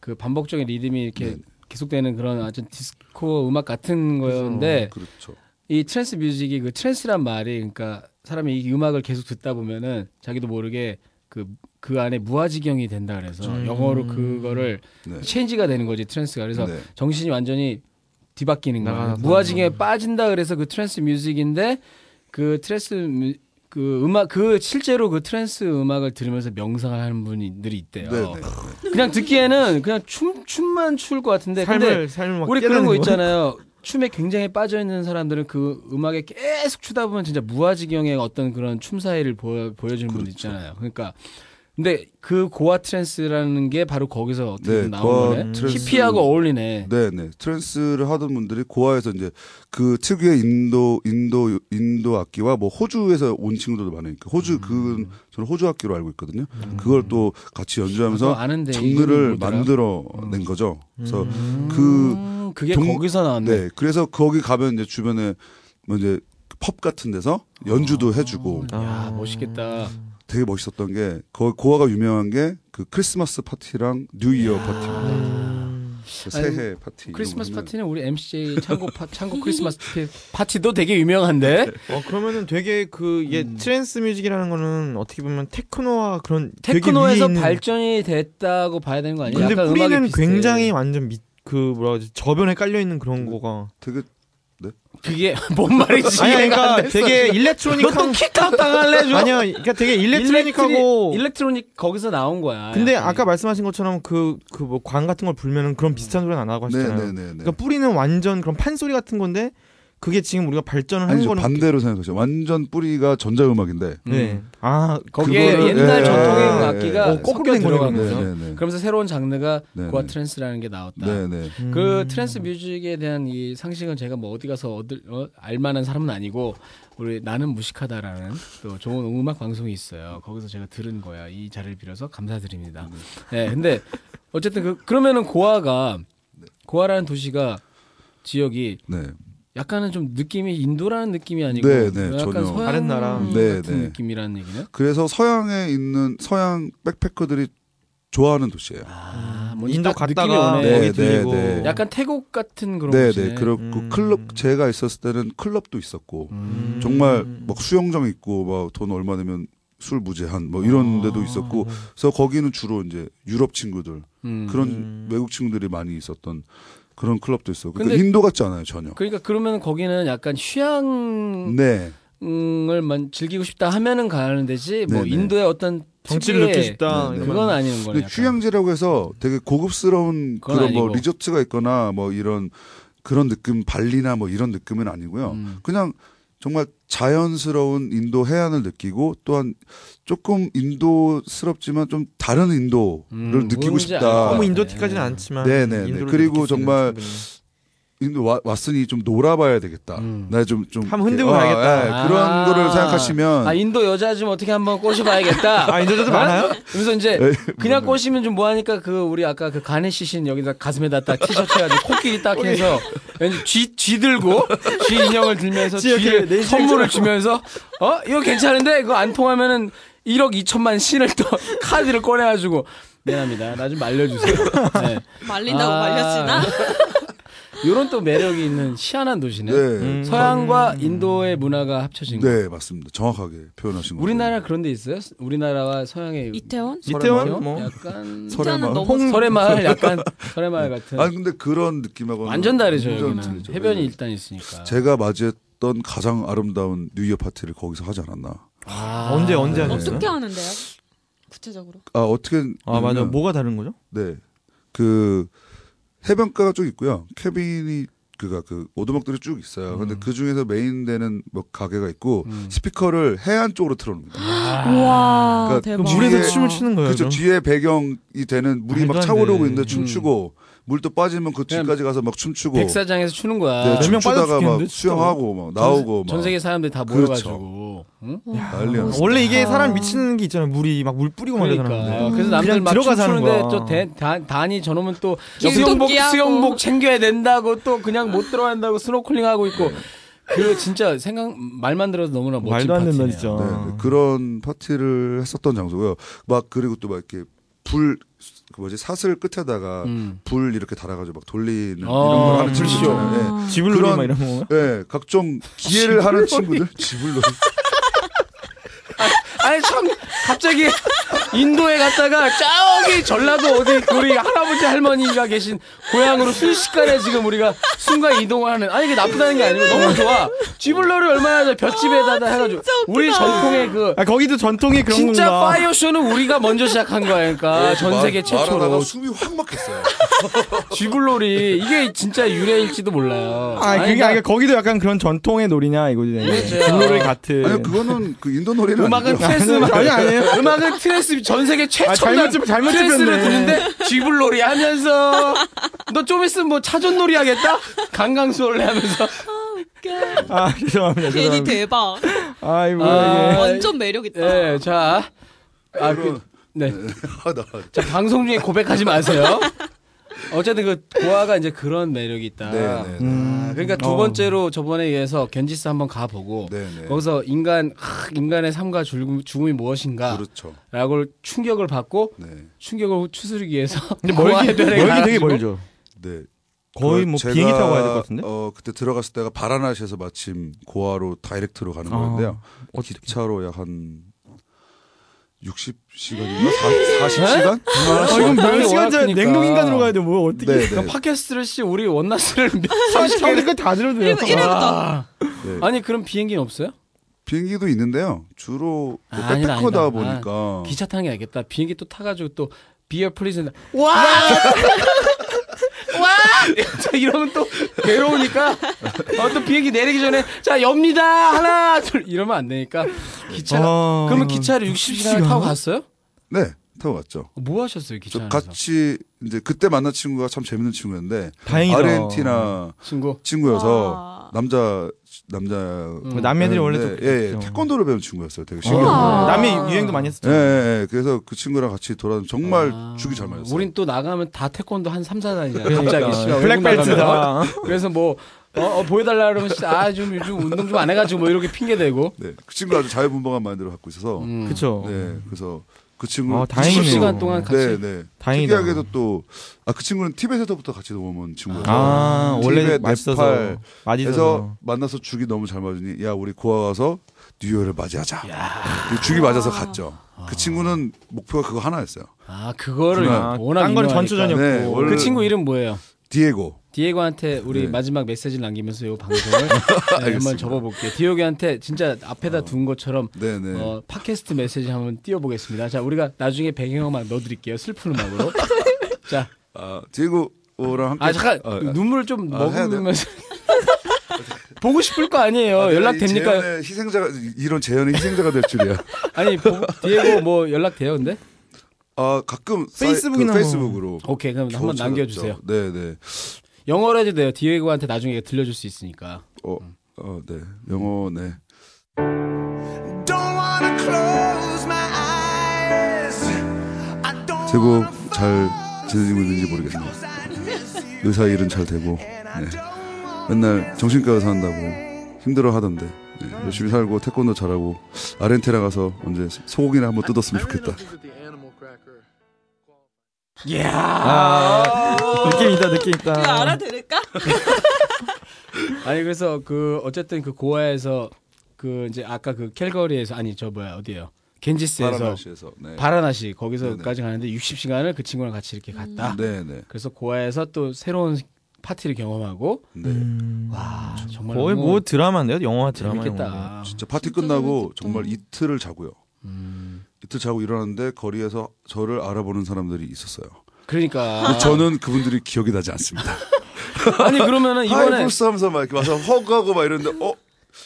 S1: 그 반복적인 리듬이 이렇게
S4: 네.
S1: 계속되는 그런 아주 디스코 음악 같은 거였는데
S4: 그렇죠.
S1: 이 트랜스 뮤직이 그 트랜스란 말이 그러니까 사람이 이 음악을 계속 듣다 보면은 자기도 모르게 그 그 안에 무아지경이 된다 그래서
S2: 음.
S1: 영어로 그거를
S4: 네.
S1: 체인지가 되는 거지 트랜스가 그래서
S4: 네.
S1: 정신이 완전히 뒤바뀌는 거예요.
S2: 나가서.
S1: 무아지경에 빠진다 그래서 그 트랜스 뮤직인데 그 트랜스 뮤- 그 음악 그 실제로 그 트랜스 음악을 들으면서 명상을 하는 분들이 있대요.
S4: 네, 네.
S1: 그냥 듣기에는 그냥 춤 춤만 출 것 같은데 근데
S2: 삶을 삶을 막
S1: 우리 그런
S2: 깨닫는
S1: 거 있잖아요. 춤에 굉장히 빠져 있는 사람들은 그 음악에 계속 추다 보면 진짜 무아지경의 어떤 그런 춤 사이를 보여, 보여주는 분
S4: 그렇죠.
S1: 있잖아요. 그러니까 근데 그 고아 트랜스라는 게 바로 거기서 어떻게
S4: 네,
S1: 나온
S4: 고아
S1: 거네.
S4: 트랜스.
S1: 히피하고 어울리네.
S4: 네, 네. 트랜스를 하던 분들이 고아에서 이제 그 특유의 인도 인도 인도 악기와 뭐 호주에서 온 친구들도
S1: 음.
S4: 많으니까 호주 그 저는 호주 악기로 알고 있거든요. 그걸 또 같이
S1: 나도
S4: 연주하면서
S1: 음. 아는데 이름이
S4: 장르를
S1: 뭐더라?
S4: 만들어낸 거죠. 그래서 그
S1: 음, 그게
S4: 동-
S1: 거기서 나왔네.
S4: 네, 그래서 거기 가면 이제 주변에 뭐 이제 펍 같은 데서
S1: 아.
S4: 연주도 해주고
S1: 야
S4: 아,
S1: 멋있겠다.
S4: 되게 멋있었던 게 거- 고아가 유명한 게 그 크리스마스 파티랑 뉴이어 파티,
S2: 음.
S4: 그 새해 파티. 이런
S1: 크리스마스
S4: 거는
S1: 파티는 우리 MCJ 창고 파, 창고 크리스마스 파티도 되게 유명한데.
S2: 어 그러면은 되게 그얘
S4: 음.
S2: 트랜스 뮤직이라는 거는 어떻게 보면 테크노와 그런 되게 위에
S1: 테크노에서
S2: 있는-
S1: 발전이 됐다고 봐야 되는 거 아니에요?
S2: 근데
S1: 약간 음악이
S2: 뿌리는
S1: 비슷해.
S4: 음.
S2: 굉장히 완전 밑, 그 뭐라 그러지 저변에 깔려 있는 그런 거가
S4: 되게 네?
S1: 그게 뭔 말이지?
S2: 아니
S1: 이해가 안
S2: 그러니까
S1: 됐어, 지금.
S2: 되게
S1: 너또
S2: 일렉트로닉한
S1: 킥각 당할래 좀.
S2: 아니야 그러니까 되게 일렉트로닉하고
S1: 일렉트로닉 거기서 나온 거야.
S2: 근데
S1: 약간.
S2: 아까 말씀하신 것처럼 그 그 뭐 광 같은 걸 불면은 그런 비슷한 소리가 안 나고 하시잖아요.
S4: 음. 네네네네.
S2: 그러니까 뿌리는 완전 그런 판소리 같은 건데 그게 지금 우리가 발전을 한
S4: 아니죠
S2: 거는
S4: 반대로 생각하죠. 완전 뿌리가 전자음악인데.
S2: 네. 아,
S1: 거기에
S4: 그거를-
S1: 옛날
S4: 예,
S1: 전통의
S4: 예,
S1: 악기가
S4: 예, 예.
S2: 어, 거꾸로
S1: 섞여
S2: 된 거네요,
S1: 들어간
S2: 그러면.
S1: 거죠.
S4: 네네네.
S1: 그러면서 새로운 장르가
S4: 네네.
S1: 고아 트랜스라는 게 나왔다.
S4: 네네.
S2: 음.
S1: 그 트랜스 뮤직에 대한 이 상식은 제가 뭐 어디 가서 얻을 어, 알만한 사람은 아니고 우리 나는 무식하다라는 또 좋은 음악 방송이 있어요. 거기서 제가 들은 거야. 이 자리를 빌어서 감사드립니다.
S2: 음.
S1: 네, 근데 어쨌든 그, 그러면은 고아가
S2: 네.
S1: 고아라는 도시가 지역이
S4: 네.
S1: 약간은 좀 느낌이 인도라는 느낌이 아니고
S4: 네, 네,
S1: 약간
S4: 전혀.
S1: 서양
S2: 다른 나라.
S4: 네,
S1: 같은
S4: 네.
S1: 느낌이라는 얘기네.
S4: 그래서 서양에 있는 서양 백패커들이 좋아하는 도시예요.
S1: 아, 뭔지
S2: 인도
S1: 딱 느낌이
S2: 갔다가
S1: 오네.
S4: 네,
S2: 거기 들리고
S4: 네, 네.
S1: 약간 태국 같은 그런
S4: 네,
S1: 곳이네.
S4: 네. 그리고
S2: 음.
S4: 클럽 제가 있었을 때는 클럽도 있었고
S1: 음.
S4: 정말 막 수영장 있고 막 돈 얼마 내면 술 무제한 뭐 이런
S1: 아.
S4: 데도 있었고 그래서 거기는 주로 이제 유럽 친구들
S1: 음.
S4: 그런
S2: 음.
S4: 외국 친구들이 많이 있었던 그런 클럽도 있었고 근데,
S1: 근데-
S4: 인도 같지 않아요 전혀.
S1: 그러니까 그러면 거기는 약간 휴양
S4: 네.
S1: 음을만 즐기고 싶다 하면은 가는 데지 뭐
S4: 네네.
S1: 인도의 어떤
S2: 정치를
S1: 특유의
S2: 느끼고 싶다.
S4: 네, 네.
S2: 이러면.
S1: 그건 아니는 거네.
S4: 근데 휴양지라고 해서 되게 고급스러운
S1: 그건
S4: 그런 뭐
S1: 아니고.
S4: 리조트가 있거나 뭐 이런 그런 느낌 발리나 뭐 이런 느낌은 아니고요.
S1: 음.
S4: 그냥 정말 자연스러운 인도 해안을 느끼고 또한 조금 인도스럽지만 좀 다른 인도를
S1: 음,
S4: 느끼고
S1: 뭔지
S4: 싶다.
S1: 알
S2: 너무
S1: 것
S2: 인도티까지는
S1: 네.
S2: 않지만
S4: 네, 네, 네.
S2: 인도를 느낄
S4: 그리고
S2: 수 있는
S4: 정말
S2: 충분히.
S4: 인도 와- 왔으니 좀 놀아봐야 되겠다.
S1: 음.
S4: 나 좀 좀
S2: 한번 흔들고
S4: 이렇게-
S2: 가야겠다.
S4: 예, 그런
S1: 아.
S4: 거를 생각하시면
S1: 아 인도 여자 좀 어떻게 한번 꼬셔봐야겠다. 어?
S2: 아, 인도자도 많아요?
S1: 그래서 이제
S4: 네,
S1: 그냥 꼬시면 좀 뭐하니까 그 우리 아까 그 간의 시신 여기다 가슴에다 딱 티셔츠 해가지고 코끼리 딱 해서 왠지 쥐, 쥐 들고 쥐 인형을 들면서
S2: 쥐 이렇게 네
S1: 쥐를
S2: 내시경
S1: 선물을 주면서 어 이거 괜찮은데 이거 안 통하면은 1억 2천만 신을 또 카드를 꺼내가지고 미안합니다 나 좀 말려주세요. 네.
S3: 말린다고
S1: 아.
S3: 말렸으나
S1: 요런 또 매력이 있는 희한한 도시네.
S4: 네,
S2: 음.
S1: 서양과 인도의 문화가 합쳐진 거.
S4: 네 맞습니다. 정확하게 표현하신 거.
S1: 우리나라 그런 데 있어요? 우리나라와 서양의
S3: 이태원?
S2: 이태원 뭐
S1: 약간
S4: 설의
S3: 이태원은
S4: 마음.
S3: 너무
S1: 설의 마을 약간 설의 마을 같은
S4: 아 근데 그런 느낌하고
S1: 완전 다르죠 여기는 해변이
S4: 네.
S1: 일단 있으니까
S4: 제가 맞이했던 가장 아름다운 뉴이어 파티를 거기서 하지 않았나.
S1: 아,
S2: 언제 언제
S4: 네.
S2: 하셨어요?
S3: 어떻게 하는데요? 구체적으로.
S4: 아 어떻게?
S2: 아 맞아.
S4: 보면,
S2: 뭐가 다른 거죠?
S4: 네. 그 해변가가 쭉 있고요. 캐빈이 그가 그 오두막들이 쭉 있어요. 근데 그 중에서 메인 되는 뭐 가게가 있고 스피커를 해안 쪽으로 틀어놓는다.
S3: 우와
S4: 그러니까
S2: 그럼
S3: 대박. 네.
S2: 물에서
S4: 뒤에-
S2: 춤을 추는 거예요.
S4: 그렇죠.
S2: 아, 그럼?
S4: 뒤에 배경이 되는 물이
S2: 말도
S4: 막
S2: 안
S4: 차오르고
S2: 돼.
S4: 있는데 춤추고 물도 빠지면 그
S1: 그냥
S4: 뒤까지 가서 막 춤추고
S1: 백사장에서 아, 추는 거야
S4: 네,
S2: 명 빠져
S4: 춤추다가 막
S2: 죽겠는데, 진짜?
S4: 수영하고 막 나오고
S1: 전
S4: 막
S1: 세계 사람들이 다
S4: 그렇죠.
S1: 모여가지고 응?
S2: 어,
S4: 난리야.
S2: 원래 이게 사람 미치는 게 있잖아요. 물이 막 물 뿌리고 막 이러잖아요.
S1: 그러니까 그래서
S2: 음.
S1: 남들
S2: 그냥
S1: 막
S2: 들어가서 하는
S1: 춤추는데
S2: 거야.
S1: 저 대, 단, 단이 저놈은 또
S3: 길도
S1: 수영복
S3: 끼하고.
S1: 수영복 챙겨야 된다고 또 그냥 못 들어간다고 스노클링 하고 있고 그 진짜 생각 아, 뭐 말만 들어도 너무나 멋진
S2: 말도 안 된다
S1: 파티네요.
S2: 진짜.
S4: 네, 네. 그런 파티를 했었던 장소고요. 막 그리고 또 막 이렇게 불 그 뭐지 사슬 끝에다가
S1: 음.
S4: 불 이렇게 달아가지고 막 돌리는
S1: 아,
S4: 이런 걸 하는
S1: 불쇼.
S4: 친구잖아요.
S2: 지불놀이
S4: 그런-
S2: 막 이런 거.
S4: 예, 예, 각종
S1: 아,
S4: 기회를 하는 친구들 지불로
S1: 아니 참 갑자기 인도에 갔다가 저기 전라도 어디 우리 할아버지 할머니가 계신 고향으로 순식간에 지금 우리가 순간 이동하는 아니 이게 나쁘다는 게 아니고 너무 좋아 쥐불러를 얼마나 잘 볏집에다가 해가지고 우리 전통의 그
S2: 아 거기도 전통이 그런
S1: 진짜
S2: 건가?
S1: 파이어 쇼는 우리가 먼저 시작한 거야 그러니까 전 세계 최초로
S4: 아, 말하다가 숨이 확 막혔어요.
S1: 쥐불놀이 이게 진짜 유래일지도 몰라요
S2: 아 그게
S1: 그러니까
S2: 아니라 거기도 약간 그런 전통의 놀이냐 이거지.
S1: 그렇죠.
S2: 지불놀이 같은.
S4: 아니 그거는 그 인도 놀이는
S1: 음악은
S4: 아니고요.
S1: 트랜스
S2: 아니, 아니, 아니에요.
S1: 음악은 트랜스 전 세계
S2: 아,
S1: 최첨단
S2: 잘못 집- 잘못
S1: 트랜스를
S2: 집혔네.
S1: 듣는데 쥐불놀이 하면서 너 좀 있으면 뭐 차전놀이 하겠다 강강수월래 하면서
S3: 웃겨.
S2: 아 죄송합니다.
S3: 그 괜히
S2: 죄송합니다.
S3: 대박.
S2: 아이고
S1: 아,
S2: 예.
S3: 완전 매력 있다.
S1: 예자아그네 네.
S4: 그런- 아, 나-
S1: 자, 방송 중에 고백하지 마세요. 어쨌든 그 고아가 이제 그런 매력이 있다.
S4: 네, 네, 네.
S1: 아, 그러니까 두 번째로 저번에 의해서 견지스 한번 가보고
S4: 네, 네.
S1: 거기서 인간 하, 인간의 삶과 죽음, 죽음이 무엇인가라고
S4: 그렇죠.
S1: 충격을 받고
S4: 네,
S1: 충격을 추스르기 위해서
S2: 근데
S1: 고아
S2: 멀기
S1: 해변에
S2: 멀기 되게
S1: 가가지고
S2: 멀죠.
S4: 네.
S2: 거의 뭐
S4: 제가,
S2: 비행기 타고 가야 될 것 같은데.
S4: 어 그때 들어갔을 때가 바라나시에서
S2: 아,
S4: 마침 고아로 다이렉트로 가는 거였는데요.
S2: 어떻게?
S4: 기차로 약 한 60시간인가
S2: 네?
S4: 40시간?
S1: 아, 이건
S2: 몇 시간 전
S1: 워낙이니까.
S2: 냉동인간으로 가야 돼. 뭐 어떻게?
S4: 네,
S1: 그러니까
S4: 네.
S1: 팟캐스트를 씨 우리 원나스를 몇-
S2: 30개까지 다 들어도 돼요.
S3: 일부- 일부-
S1: 와.
S4: 네.
S1: 아니 그럼 비행기는 없어요?
S4: 비행기도 있는데요. 주로 뭐
S1: 아, 아니다,
S4: 백패커다
S1: 아니다.
S4: 보니까
S2: 어.
S1: 기차 타는 게 낫겠다. 비행기 또 타가지고 또 비어 플리즈
S3: 와. 와.
S1: 이러면 또 괴로우니까 어, 또 비행기 내리기 전에 자 엽니다 하나 둘 이러면 안 되니까 기차
S2: 아,
S1: 그러면 기차를 60시간 타고 갔어요?
S4: 네 타고 갔죠.
S1: 뭐 하셨어요 기차
S4: 저
S1: 안에서?
S4: 같이 이제 그때 만난 친구가 참 재밌는 친구였는데
S2: 다행이다.
S4: 아르헨티나
S1: 친구
S4: 친구여서
S3: 와.
S4: 남자 남자
S2: 뭐 남매들이 원래 또
S4: 예, 예,
S2: 그렇죠.
S4: 태권도를 배운 친구였어요. 되게
S2: 어,
S4: 신기한.
S2: 남의 유행도 많이
S4: 예,
S2: 했었죠.
S4: 예, 예. 그래서 그 친구랑 같이 돌아 정말
S1: 아.
S4: 죽이 잘 맞았어요.
S1: 우린 또 나가면 다 태권도 한 3, 4단이잖아
S2: 그러니까.
S1: 갑자기 씨, 외국 나가면.
S2: 블랙벨트다.
S1: 그래서 뭐 어, 어, 보여달라 그러면 아좀 요즘 운동 좀 안 해가지고 뭐 이렇게 핑계 대고
S4: 네, 그 친구 아주 자유분방한 마인드를 갖고 있어서
S1: 음.
S2: 그쵸.
S4: 네, 그래서 그 친구
S2: 아,
S4: 그
S2: 다행이네요.
S4: 친구는-
S1: 10시간 동안 같이?
S4: 네, 네.
S2: 다행이다.
S4: 특이하게도 또 아 그 친구는 티벳에서부터 같이 넘어온 친구여서
S2: 아, 원래
S4: 티벳,
S2: 맛있어서.
S4: 네팔
S2: 맛있어서.
S4: 그래서 만나서 죽이 너무 잘 맞으니 야 우리 고아 가서 뉴욕을 맞이하자. 그리고 죽이 맞아서 갔죠. 그 친구는 목표가 그거 하나였어요.
S1: 아 그거를
S2: 아,
S1: 워낙
S2: 딴 거는
S1: 유명하니까.
S2: 전초전이었고.
S4: 네,
S1: 그
S4: 원래-
S1: 친구 이름 뭐예요?
S4: 디에고.
S1: 디에고한테 우리
S4: 네.
S1: 마지막 메시지를 남기면서 이 방송을 네, 한번 접어볼게요. 디에고한테 진짜 앞에다 둔 것처럼
S4: 어. 네네.
S1: 어, 팟캐스트 메시지 한번 띄워보겠습니다. 자, 우리가 나중에 배경음악 넣어드릴게요. 슬픈 음악으로. 자,
S4: 아, 디에고랑 함께.
S1: 아 잠깐
S4: 아, 아,
S1: 눈물을 좀
S4: 아, 해야
S1: 머금으면서 보고 싶을 거 아니에요.
S4: 아, 내가
S1: 어, 연락
S4: 이
S1: 됩니까?
S4: 재현의 희생자가 이런 재현의 희생자가 될 줄이야.
S1: 아니 보- 디에고 뭐 연락 돼요, 근데?
S4: 아 가끔 사이-
S2: 페이스북이나
S4: 그
S2: 뭐.
S4: 페이스북으로.
S1: 오케이, 그럼 어, 한번 남겨주세요.
S4: 네네.
S1: 영어로 해도 돼요. 디에고한테 나중에 들려줄 수 있으니까.
S4: 어, 어, 네. 영어, 네. 제고 잘 지내고 있는지 모르겠네요. 의사 일은 잘 되고, 네. 맨날 정신과 의사 한다고 힘들어 하던데, 네. 열심히 살고, 태권도 잘하고, 아르헨티나 가서 언제 소고기나 한번 뜯었으면 좋겠다.
S2: 아, 느낌 있다, 느낌 있다.
S3: 이거 알아들을까?
S1: 아니 그래서 그 어쨌든 그 고아에서 그 이제 아까 그 캘거리에서 아니 저 뭐야 어디예요? 겐지스에서
S4: 바라나시에서, 네.
S1: 바라나시 거기서까지 가는데 60시간을 그 친구랑 같이 이렇게 갔다.
S4: 네, 네.
S1: 그래서 고아에서 또 새로운 파티를 경험하고
S4: 네.
S1: 와 정말
S2: 음, 거의
S1: 너무
S2: 뭐 드라마인데요? 영화 드라마. 영화.
S1: 재밌겠다.
S4: 진짜 파티 끝나고
S3: 재밌겠다.
S4: 정말 이틀을 자고요.
S1: 음.
S4: 이틀 자고 일어났는데 거리에서 저를 알아보는 사람들이 있었어요.
S1: 그러니까
S4: 저는 그분들이 기억이 나지 않습니다.
S1: 아니 그러면은
S4: 하이
S1: 이번에
S4: 불스 하면서 막 이렇게 와서 허그하고 막 이러는데 어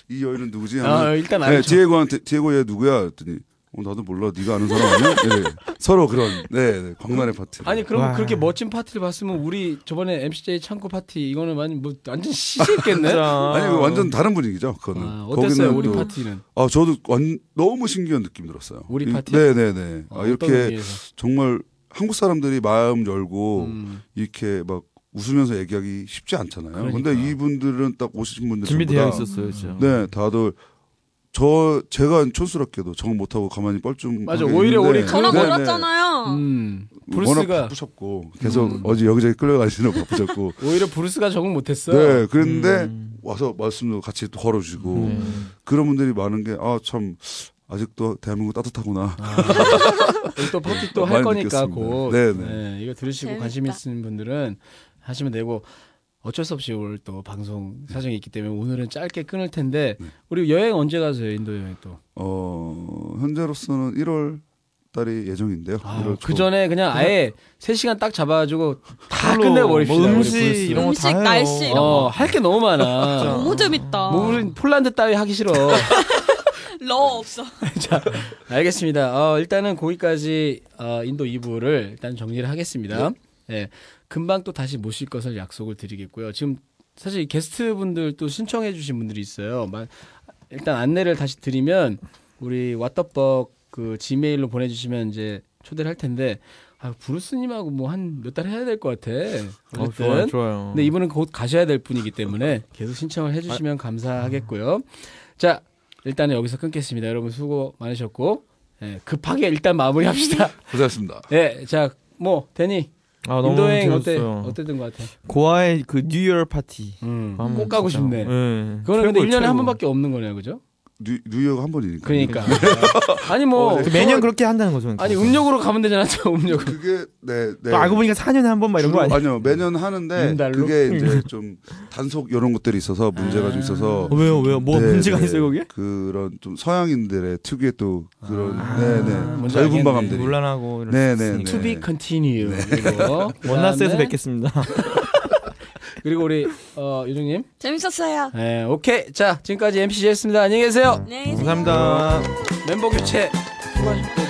S4: 이 여인은 누구지?
S1: 아,
S4: 하면
S1: 일단
S4: 네,
S1: 알죠.
S4: 디에고한테 디에고 얘 누구야? 했더니 어, 나도 몰라. 네가 아는 사람 아니야? 네, 서로 그런 네, 네, 광란의 파티.
S1: 아니 그러면
S2: 와.
S1: 그렇게 멋진 파티를 봤으면 우리 저번에 MCJ 창고 파티 이거는 완전 뭐 완전 시시했겠네.
S2: 진짜.
S4: 아니 이거 완전 다른 분위기죠. 그거는.
S1: 아, 어땠어요
S4: 거기는
S1: 우리
S4: 또-
S1: 파티는?
S4: 아 저도 완, 너무 신기한 느낌 들었어요.
S1: 우리
S4: 이-
S1: 파티?
S4: 네네네.
S1: 어,
S4: 아,
S1: 어떤
S4: 이렇게
S1: 의미에서?
S4: 정말 한국 사람들이 마음 열고
S1: 음.
S4: 이렇게 막 웃으면서 얘기하기 쉽지 않잖아요. 근데
S1: 그러니까.
S4: 이분들은 딱 오신 분들
S2: 준비되어
S4: 전부 다
S2: 있었어요, 진짜.
S4: 네, 다들 저 제가 촌스럽게도 정 못하고 가만히 뻘쭘.
S1: 맞아, 오히려 우리
S3: 전화
S1: 네,
S3: 걸었잖아요.
S1: 음.
S4: 워낙
S1: 브루스가 음.
S4: 바쁘셨고 계속 어제 여기저기 끌려가시는 바쁘셨고.
S1: 오히려 브루스가 적응 못했어요.
S4: 네, 그런데
S1: 음.
S4: 와서 말씀도 같이 또 걸어주고
S1: 네.
S4: 그런 분들이 많은 게 아 참 아직도 대한민국 따뜻하구나.
S1: 아. 우리 또 파티 또 할
S4: 아, 많이
S1: 거니까
S4: 느꼈습니다.
S1: 곧 네,
S4: 네, 네.
S1: 이거 들으시고
S3: 재밌다.
S1: 관심 있는 분들은 하시면 되고 어쩔 수 없이 오늘 또 방송 사정이 있기 때문에 오늘은 짧게 끊을 텐데
S4: 네.
S1: 우리 여행 언제 가세요 인도 여행 또?
S4: 어 현재로서는 1월 달이 예정인데요.
S1: 아,
S4: 1월 초.
S1: 그 전에 그냥 아예 3 시간 딱 잡아가지고 다
S2: 물론
S1: 끝내 버립시다.
S2: 뭐 음식 이런 거
S3: 음식,
S2: 다 해요.
S3: 날씨 이런 거.
S1: 어할 게 너무 많아.
S3: 너무 재밌다.
S1: 뭐 우린 폴란드 따위 하기 싫어.
S3: 러 없어.
S1: 자, 알겠습니다. 어, 일단은 거기까지 어, 인도 2부를 일단 정리를 하겠습니다.
S2: 네.
S1: 예. 금방 또 다시 모실 것을 약속을 드리겠고요. 지금 사실 게스트분들 또 신청해 주신 분들이 있어요. 마- 일단 안내를 다시 드리면 우리 왓더벅 그 지메일로 보내 주시면 이제 초대를 할 텐데 아, 브루스 님하고 뭐 한 몇 달 해야 될 것 같아.
S2: 어, 좋아요,
S1: 어쨌든
S2: 좋아요.
S1: 근데 이분은 곧 가셔야 될 분이기 때문에 계속 신청을 해주시면 감사하겠고요. 자, 일단은 여기서 끊겠습니다. 여러분 수고 많으셨고 예, 급하게 일단 마무리합시다.
S4: 고생하셨습니다.
S1: 예, 자, 뭐 데니
S2: 아, 너무
S1: 인도행 어때
S2: 재밌었어요.
S1: 어땠던 것 같아? 음,
S2: 고아의 그 뉴얼 파티. 한번
S1: 꼭 가고
S2: 진짜.
S1: 싶네.
S2: 예.
S1: 그거는 근데
S2: 최고,
S1: 1년에 한
S2: 최고.
S1: 번밖에 없는 거네요, 그죠?
S4: 뉴, 뉴욕 한 번이니까.
S1: 그러니까 아니 뭐
S2: 그 매년 그렇게 한다는 거죠. 그러니까.
S1: 아니 음력으로 가면 되잖아, 저 음력.
S4: 그게 네, 네.
S2: 또 알고 보니까 4년에 한 번 막 이런 거 아니야?
S4: 아니요 매년 하는데
S1: 윤달로?
S4: 그게
S2: 음.
S4: 이제 좀 단속 이런 것들이 있어서 문제가 좀 있어서
S2: 어, 왜요 왜요? 뭐
S4: 네,
S2: 문제가
S4: 네.
S2: 있어요 거기에?
S4: 그런 좀 서양인들의 특유의 또 그런
S1: 아,
S4: 네네
S1: 뭔지
S4: 자유분방함들이
S2: 논란하고 이런.
S4: 네네네
S1: To be continue. 네. 그리고
S2: 원나스에서
S1: 그다음에
S2: 뵙겠습니다.
S1: 그리고 우리 어, 유정님.
S3: 재밌었어요.
S1: 네, 오케이. 자 지금까지 MC였습니다. 안녕히 계세요.
S3: 네.
S2: 감사합니다.
S1: 멤버 교체 수고하셨고.